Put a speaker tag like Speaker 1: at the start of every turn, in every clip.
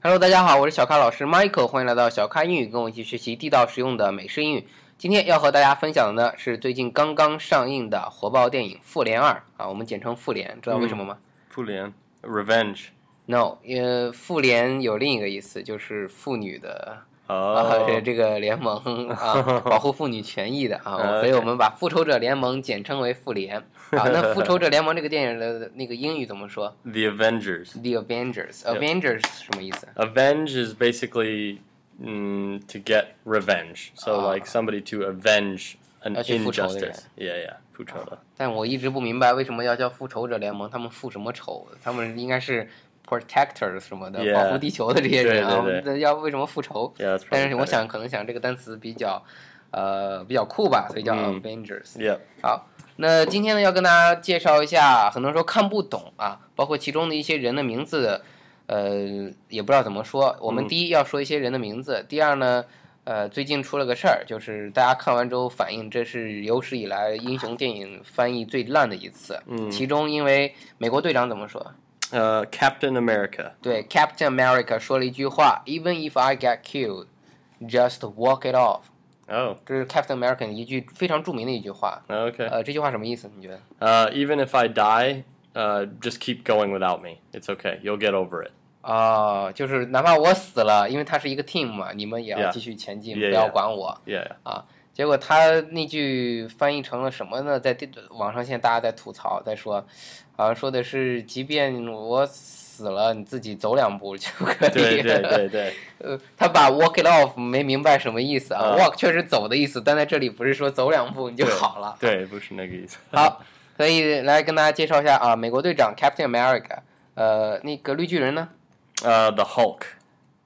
Speaker 1: Hello，大家好，我是小咖老师 Michael，欢迎来到小咖英语，跟我一起学习地道实用的美式英语。今天要和大家分享的呢是最近刚刚上映的火爆电影《复联二》啊，我们简称《复联》，知道为什么吗、
Speaker 2: 复联，revenge。
Speaker 1: n o 呃，复联有另一个意思，就是妇女的啊，
Speaker 2: 哦，
Speaker 1: 这这个联盟啊，保护妇女权益的啊，所以我们把复仇者联盟简称为复联。啊，那复仇者联盟这个电影的那个英语怎么说
Speaker 2: The Avengers.
Speaker 1: ？The Avengers，Avengers 什么意思？
Speaker 2: Avenge is basically mm, to get revenge. So
Speaker 1: Ah.
Speaker 2: like somebody to avenge an
Speaker 1: 要去复仇的人。
Speaker 2: injustice. Yeah, yeah. 复仇的。
Speaker 1: 但我一直不明白为什么要叫复仇者联盟，他们复什么仇？他们应该是 protectors 什么的
Speaker 2: Yeah，
Speaker 1: 保护地球的这些人啊，
Speaker 2: 对对对
Speaker 1: 那要为什么复仇
Speaker 2: Yeah, that's
Speaker 1: 但
Speaker 2: probably
Speaker 1: 是我
Speaker 2: better.
Speaker 1: 想可能想这个单词比较呃比较酷吧，所以叫
Speaker 2: 嗯
Speaker 1: Avengers。
Speaker 2: Yeah.
Speaker 1: 好，那今天呢要跟大家介绍一下，很多时候看不懂啊，包括其中的一些人的名字，呃，也不知道怎么说。我们
Speaker 2: 嗯
Speaker 1: 第一要说一些人的名字，第二呢，呃，最近出了个事儿，就是大家看完之后反映，这是有史以来英雄电影翻译最烂的一次。
Speaker 2: 嗯
Speaker 1: 其中因为美国队长怎么说？
Speaker 2: Uh, Captain America.
Speaker 1: 对，Captain America 说了一句话：“Even if I get killed, just walk it off。”
Speaker 2: Oh.
Speaker 1: 这是 Captain America 一句非常著名的一句话。
Speaker 2: Okay.
Speaker 1: 呃，这句话什么意思？你觉得？
Speaker 2: Uh, even if I die, uh, just keep going without me. It's okay. You'll get over it.
Speaker 1: 哦，就是哪怕我死了，因为他是一个 team 嘛，你们也要
Speaker 2: Yeah.
Speaker 1: 继续前进
Speaker 2: Yeah,
Speaker 1: 不要
Speaker 2: yeah.
Speaker 1: 管我
Speaker 2: Yeah.
Speaker 1: 啊。结果他那句翻译成了什么呢？在地网上现在大家在吐槽，在说，好、像说的是，即便我死了，你自己走两步就可以。
Speaker 2: 对对对对。
Speaker 1: 呃，他把 walk it off 没明白什么意思啊、
Speaker 2: 啊
Speaker 1: w a l k 确实走的意思，但在这里不是说走两步你就好了。
Speaker 2: 对，不是那个意思。
Speaker 1: 好，所以来跟大家介绍一下啊，美国队长 Captain America，呃，那个绿巨人呢
Speaker 2: Uh, the Hulk.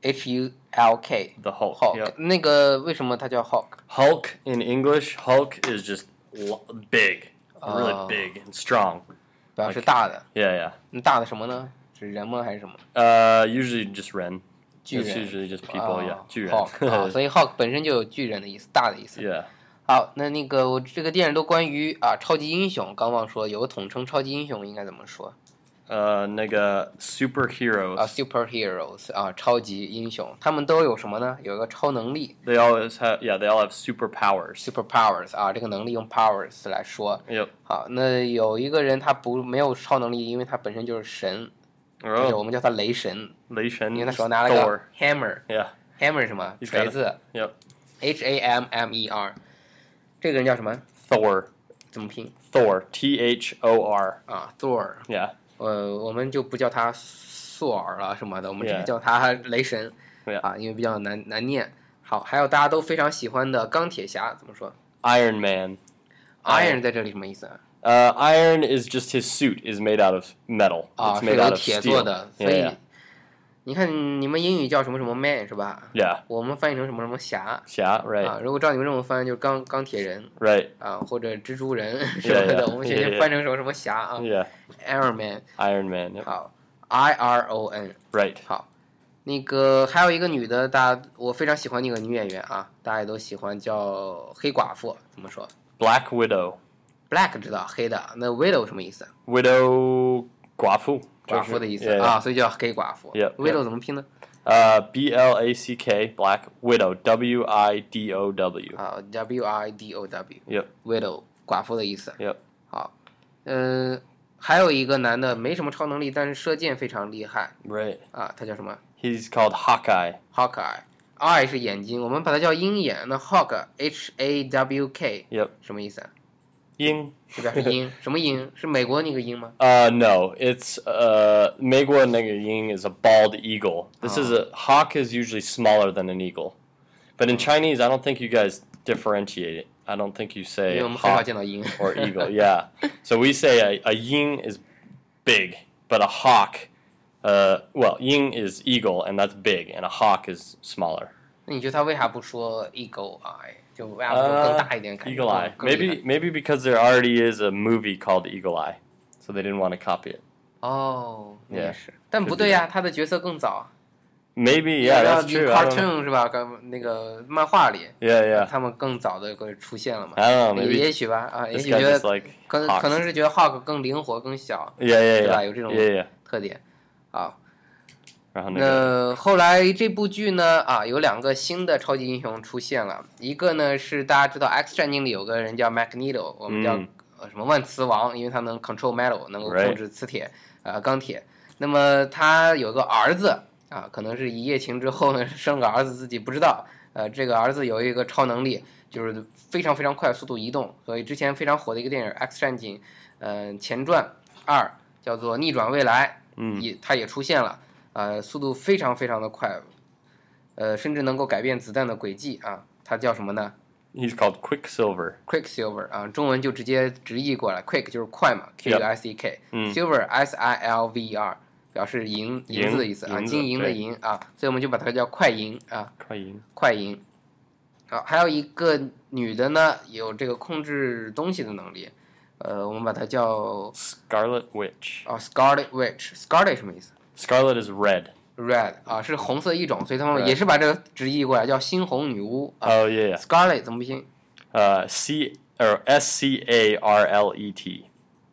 Speaker 1: ，H U L K。
Speaker 2: The Hulk.
Speaker 1: Hulk，、
Speaker 2: Yep.
Speaker 1: 那个为什么它叫 Hulk？
Speaker 2: Hulk in English, Hulk is just l- big,
Speaker 1: Oh.
Speaker 2: really big and strong.
Speaker 1: 表示大的
Speaker 2: Yeah,
Speaker 1: 那大的什么呢？是人吗？还是什么？
Speaker 2: yeah. Uh, usually just Ren.
Speaker 1: 巨
Speaker 2: It's
Speaker 1: 人
Speaker 2: usually just people.
Speaker 1: 啊
Speaker 2: yeah, 巨人.
Speaker 1: Ah, Hulk 啊，所以 Hulk 本身就有巨人的意思，大的意思。
Speaker 2: yeah.
Speaker 1: 好，那那个我这个电影都关于啊超级英雄，刚忘说有个统称超级英雄应该怎么说
Speaker 2: Uh, 那个 superheroes.
Speaker 1: 啊？Superheroes 啊，超级英雄，他们都有什么呢？有一个超能力
Speaker 2: They always have. Yeah, they all have superpowers.
Speaker 1: （superpowers） 啊，这个能力用 powers 来说。
Speaker 2: Yep.
Speaker 1: 好，那有一个人他不没有超能力，因为他本身就是神，就是
Speaker 2: Oh,
Speaker 1: 我们叫他雷神，因为他
Speaker 2: 雷神.
Speaker 1: 手上拿了个
Speaker 2: Thor.
Speaker 1: hammer。
Speaker 2: 嗯 Yeah.
Speaker 1: Hammer 是什么？
Speaker 2: He's
Speaker 1: 锤
Speaker 2: got it.
Speaker 1: 子
Speaker 2: Yep.
Speaker 1: H A M M E R。这个人叫什么？
Speaker 2: Thor.
Speaker 1: 怎么拼
Speaker 2: Thor. T H O R.
Speaker 1: 啊？Thor。
Speaker 2: Yeah.
Speaker 1: 呃，我们就不叫他索尔了什么的，我们直接
Speaker 2: Yeah.
Speaker 1: 叫他雷神
Speaker 2: Yeah.
Speaker 1: 啊，因为比较难难念。好，还有大家都非常喜欢的钢铁侠怎么说
Speaker 2: Iron Man.
Speaker 1: ？Iron 在这里什么意思啊？
Speaker 2: Uh, iron is just his suit is made out of metal.
Speaker 1: 啊，
Speaker 2: it's
Speaker 1: 是
Speaker 2: made
Speaker 1: 由
Speaker 2: out of
Speaker 1: 铁做
Speaker 2: steel.
Speaker 1: 的，所
Speaker 2: Yeah,
Speaker 1: 以
Speaker 2: yeah.
Speaker 1: 你看你们英语叫什么什么 man 是吧？
Speaker 2: Yeah.
Speaker 1: 我们翻译成什么什么侠
Speaker 2: Yeah, right,
Speaker 1: 啊？如果照你们这么翻，就是钢钢铁人
Speaker 2: right.
Speaker 1: 啊，或者蜘蛛人 什么的，
Speaker 2: yeah.
Speaker 1: 我们学学
Speaker 2: Yeah, yeah.
Speaker 1: 翻成什么什么侠啊
Speaker 2: Yeah,
Speaker 1: ，Iron Man。
Speaker 2: Iron Man. Yep.
Speaker 1: 好，I R O N。
Speaker 2: Right.
Speaker 1: 好，那个还有一个女的，大家我非常喜欢那个女演员啊，大家也都喜欢，叫黑寡妇，怎么说
Speaker 2: Black Widow.
Speaker 1: ？Black 知道黑的，那 widow 什么意思？
Speaker 2: Widow 寡妇.
Speaker 1: 寡妇的意思
Speaker 2: Yeah,
Speaker 1: 啊，所以叫黑寡妇。
Speaker 2: Yeah,
Speaker 1: widow 怎么拼呢？
Speaker 2: yeah. Uh, B L A C K, Black Widow. W I D O W.
Speaker 1: 啊，W I D O W
Speaker 2: Yep,
Speaker 1: widow 寡妇的意思。
Speaker 2: yep.
Speaker 1: 好，嗯、还有一个男的没什么超能力，但是射箭非常厉害
Speaker 2: Right.
Speaker 1: 啊，他叫什么
Speaker 2: He's called Hawkeye.
Speaker 1: ？Hawkeye。Eye 是眼睛，我们把它叫鹰眼。那 hawk H A W K
Speaker 2: Yep.
Speaker 1: 什么意思啊？
Speaker 2: Ying.
Speaker 1: 这边是鹰，什么鹰？是美国那个鹰吗？
Speaker 2: Uh, no, it's uh, Megwa Nega Ying is a bald eagle. This is a hawk is usually smaller than an eagle, but in Chinese, I don't think you guys differentiate it. I don't think you
Speaker 1: 因
Speaker 2: say
Speaker 1: 为我们很少
Speaker 2: hawk
Speaker 1: 见到鹰。
Speaker 2: or eagle. Yeah. So we say a, a ying is big, but a hawk, uh, well, ying is eagle, and that's big, and a hawk is smaller.
Speaker 1: 那你觉得他为啥不说 eagle eye？就为啥不说更大一点？感觉
Speaker 2: 呃 Eagle eye.
Speaker 1: 更更厉害
Speaker 2: Maybe maybe because there already is a movie called Eagle Eye, so they didn't want to copy it.
Speaker 1: 哦，那也
Speaker 2: Yeah，
Speaker 1: 是，但不对呀，他的角色更早。
Speaker 2: Maybe
Speaker 1: 要
Speaker 2: yeah, that's
Speaker 1: 你
Speaker 2: true. I don't know.
Speaker 1: cartoon 是吧？刚那个漫画里，
Speaker 2: Yeah, yeah.
Speaker 1: 他们更早的会出现了嘛？
Speaker 2: I don't
Speaker 1: 也
Speaker 2: know. Maybe
Speaker 1: 也许吧，啊，也
Speaker 2: this
Speaker 1: 许
Speaker 2: guy
Speaker 1: 觉
Speaker 2: just
Speaker 1: 得
Speaker 2: like
Speaker 1: 可能
Speaker 2: hawks.
Speaker 1: 可能是觉得 hawk 更灵活、更小啊
Speaker 2: yeah, yeah, yeah.
Speaker 1: 对吧？有这种
Speaker 2: yeah, yeah.
Speaker 1: 特点。好，
Speaker 2: 然后那个
Speaker 1: 那后来这部剧呢，啊，有两个新的超级英雄出现了，一个呢是大家知道《X 战警》里有个人叫 Magneto，我们叫、
Speaker 2: 嗯
Speaker 1: 呃什么万磁王，因为他能 control metal，能够
Speaker 2: Right
Speaker 1: 控制磁铁啊、呃钢铁。那么他有个儿子啊，可能是一夜情之后呢 生了个儿子，自己不知道。呃，这个儿子有一个超能力，就是非常非常快速度移动，所以之前非常火的一个电影《X 战警》嗯、前传二叫做《逆转未来》，
Speaker 2: 嗯
Speaker 1: 也它也出现了，呃，速度非常非常的快，呃，甚至能够改变子弹的轨迹啊。它叫什么呢
Speaker 2: ，he's called Quicksilver。
Speaker 1: ？Quicksilver 啊，中文就直接直译过来，quick 就是快嘛，Q U I C K，silver、
Speaker 2: 嗯
Speaker 1: S I L V E R 表示银
Speaker 2: 银
Speaker 1: 银子的意思啊，
Speaker 2: 银子
Speaker 1: 金银的
Speaker 2: 对
Speaker 1: 银啊，所以我们就把它叫快银啊。
Speaker 2: 快银，
Speaker 1: 快银。啊，还有一个女的呢，有这个控制东西的能力，呃，我们把它叫哦
Speaker 2: Scarlet Witch。
Speaker 1: Scarlet Witch。Scarlet 什么意思
Speaker 2: Scarlet is red.
Speaker 1: ？Red 啊，是红色一种，所以他们
Speaker 2: Right
Speaker 1: 也是把这个直译过来叫猩红女巫啊。
Speaker 2: Oh yeah,
Speaker 1: Scarlet 怎么拼
Speaker 2: yeah. Uh, C or S C A R L E T.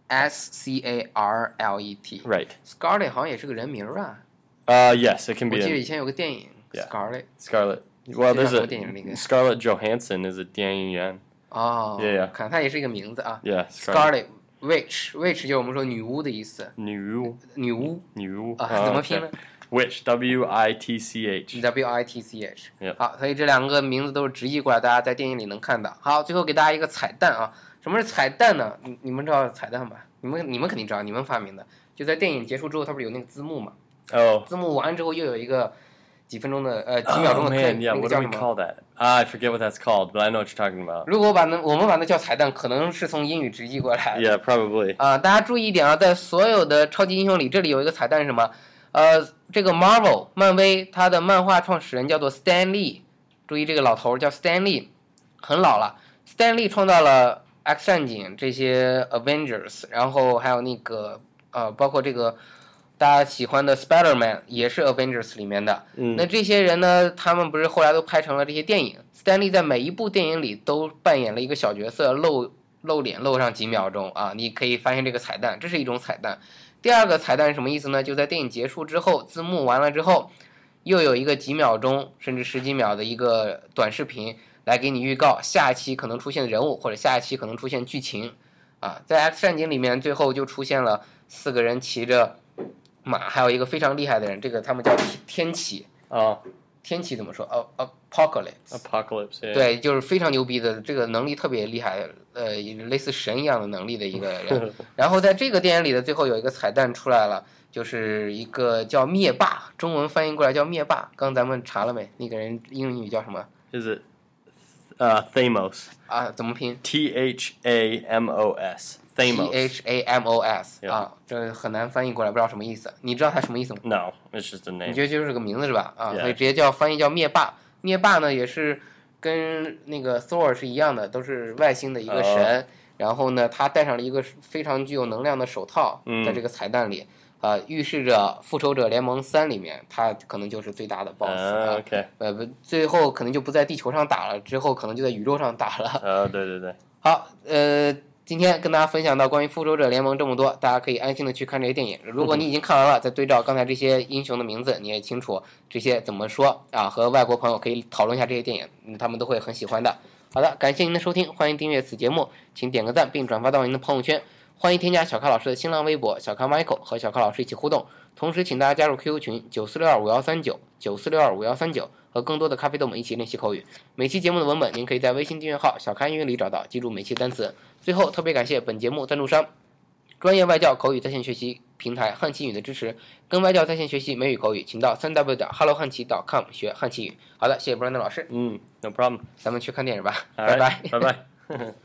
Speaker 1: ？S C A R L E T。
Speaker 2: Right.
Speaker 1: Scarlet 好像也是个人名儿吧？
Speaker 2: Uh, yes, it can
Speaker 1: 我
Speaker 2: be
Speaker 1: 记得
Speaker 2: in
Speaker 1: 以前有个电影
Speaker 2: Yeah
Speaker 1: Scarlet。
Speaker 2: Scarlet. Well, there's a
Speaker 1: 这是什么电影那个？
Speaker 2: Scarlett Johansson is a Dian Yuan.
Speaker 1: 哦
Speaker 2: Yeah, yeah
Speaker 1: 看它也是一个名字啊。
Speaker 2: Yeah, Scarlet.
Speaker 1: Scarlet Witch Witch 就是我们说女巫的意思，
Speaker 2: New
Speaker 1: 女巫
Speaker 2: new
Speaker 1: 啊，怎么拼呢？
Speaker 2: Witch W I T C H.
Speaker 1: W I T C H。
Speaker 2: Yep
Speaker 1: 好，所以这两个名字都是直译过来，大家在电影里能看到。好，最后给大家一个彩蛋啊，什么是彩蛋呢？你你们知道彩蛋吧？你们你们肯定知道，你们发明的。就在电影结束之后，它不是有那个字幕嘛？
Speaker 2: Oh.
Speaker 1: 字幕完之后又有一个几分钟的呃几秒
Speaker 2: Oh
Speaker 1: 钟的 clip，、
Speaker 2: man, yeah.
Speaker 1: 那个
Speaker 2: What
Speaker 1: 叫
Speaker 2: do
Speaker 1: 什
Speaker 2: we
Speaker 1: 么？
Speaker 2: call that? Ah, I forget what that's called, but I know what you're talking about.
Speaker 1: 如果把那我们把那叫彩蛋，可能是从英语直译过来的。
Speaker 2: Yeah, probably.
Speaker 1: 啊、大家注意一点啊，在所有的超级英雄里，这里有一个彩蛋是什么？呃，这个 Marvel 漫威它的漫画创始人叫做 Stan Lee，注意这个老头儿叫 Stan Lee，很老了。Stan Lee 创造了 X 战警这些 Avengers，然后还有那个呃，包括这个大家喜欢的 Spider-Man 也是 Avengers 里面的。那这些人呢，他们不是后来都拍成了这些电影？Stanley 在每一部电影里都扮演了一个小角色，露露脸露上几秒钟啊，你可以发现这个彩蛋，这是一种彩蛋。第二个彩蛋是什么意思呢？就在电影结束之后，字幕完了之后，又有一个几秒钟甚至十几秒的一个短视频来给你预告下一期可能出现的人物或者下一期可能出现剧情啊。在《X 战警》里面，最后就出现了四个人骑着马，还有一个非常厉害的人，这个他们叫天天启。
Speaker 2: Oh,
Speaker 1: 天启怎么说？呃 apocalypse。
Speaker 2: apocalypse. Yeah.
Speaker 1: 对，就是非常牛逼的，这个能力特别厉害，呃，类似神一样的能力的一个人。然后在这个电影里的最后有一个彩蛋出来了，就是一个叫灭霸，中文翻译过来叫灭霸。刚咱们查了没？那个人英语叫什么
Speaker 2: Is it uh, Thamos?
Speaker 1: 啊？怎么拼
Speaker 2: T H A M O S.
Speaker 1: ？T
Speaker 2: Thamos.
Speaker 1: H A M O S
Speaker 2: Yeah
Speaker 1: 啊，这很难翻译过来，不知道什么意思。你知道它什么意思吗？
Speaker 2: No, it's just a
Speaker 1: 你
Speaker 2: name.
Speaker 1: 觉得就是个名字是吧？啊，
Speaker 2: Yeah.
Speaker 1: 所以直接叫翻译叫灭霸。灭霸呢也是跟那个 Thor 是一样的，都是外星的一个神。然后呢，他戴上了一个非常具有能量的手套，
Speaker 2: 嗯
Speaker 1: 在这个彩蛋里，啊、预示着《复仇者联盟三》里面他可能就是最大的 BOSS 啊
Speaker 2: Ah, okay.
Speaker 1: 呃，不，最后可能就不在地球上打了，之后可能就在宇宙上打了。
Speaker 2: Oh, 对对对。
Speaker 1: 好，呃，今天跟大家分享到关于《复仇者联盟》这么多，大家可以安心的去看这些电影。如果你已经看完了，再对照刚才这些英雄的名字，你也清楚这些怎么说啊，和外国朋友可以讨论一下这些电影，嗯他们都会很喜欢的。好的，感谢您的收听，欢迎订阅此节目，请点个赞并转发到您的朋友圈。欢迎添加小咖老师的新浪微博小咖 Michael 和小咖老师一起互动，同时请大家加入 QQ 群九四六二五幺三九九四六二五幺三九，和更多的咖啡豆们一起练习口语。每期节目的文本您可以在微信订阅号“小咖英语”里找到，记住每期单词。最后，特别感谢本节目赞助商专业外教口语在线学习平台汉奇语的支持，跟外教在线学习美语口语，请到三 w 点 hello 汉奇 .com 学汉奇语。好的，谢谢 Brandon 老师，
Speaker 2: Mm, no problem.
Speaker 1: 咱们去看电影吧，拜
Speaker 2: All right.
Speaker 1: 拜。
Speaker 2: Bye bye.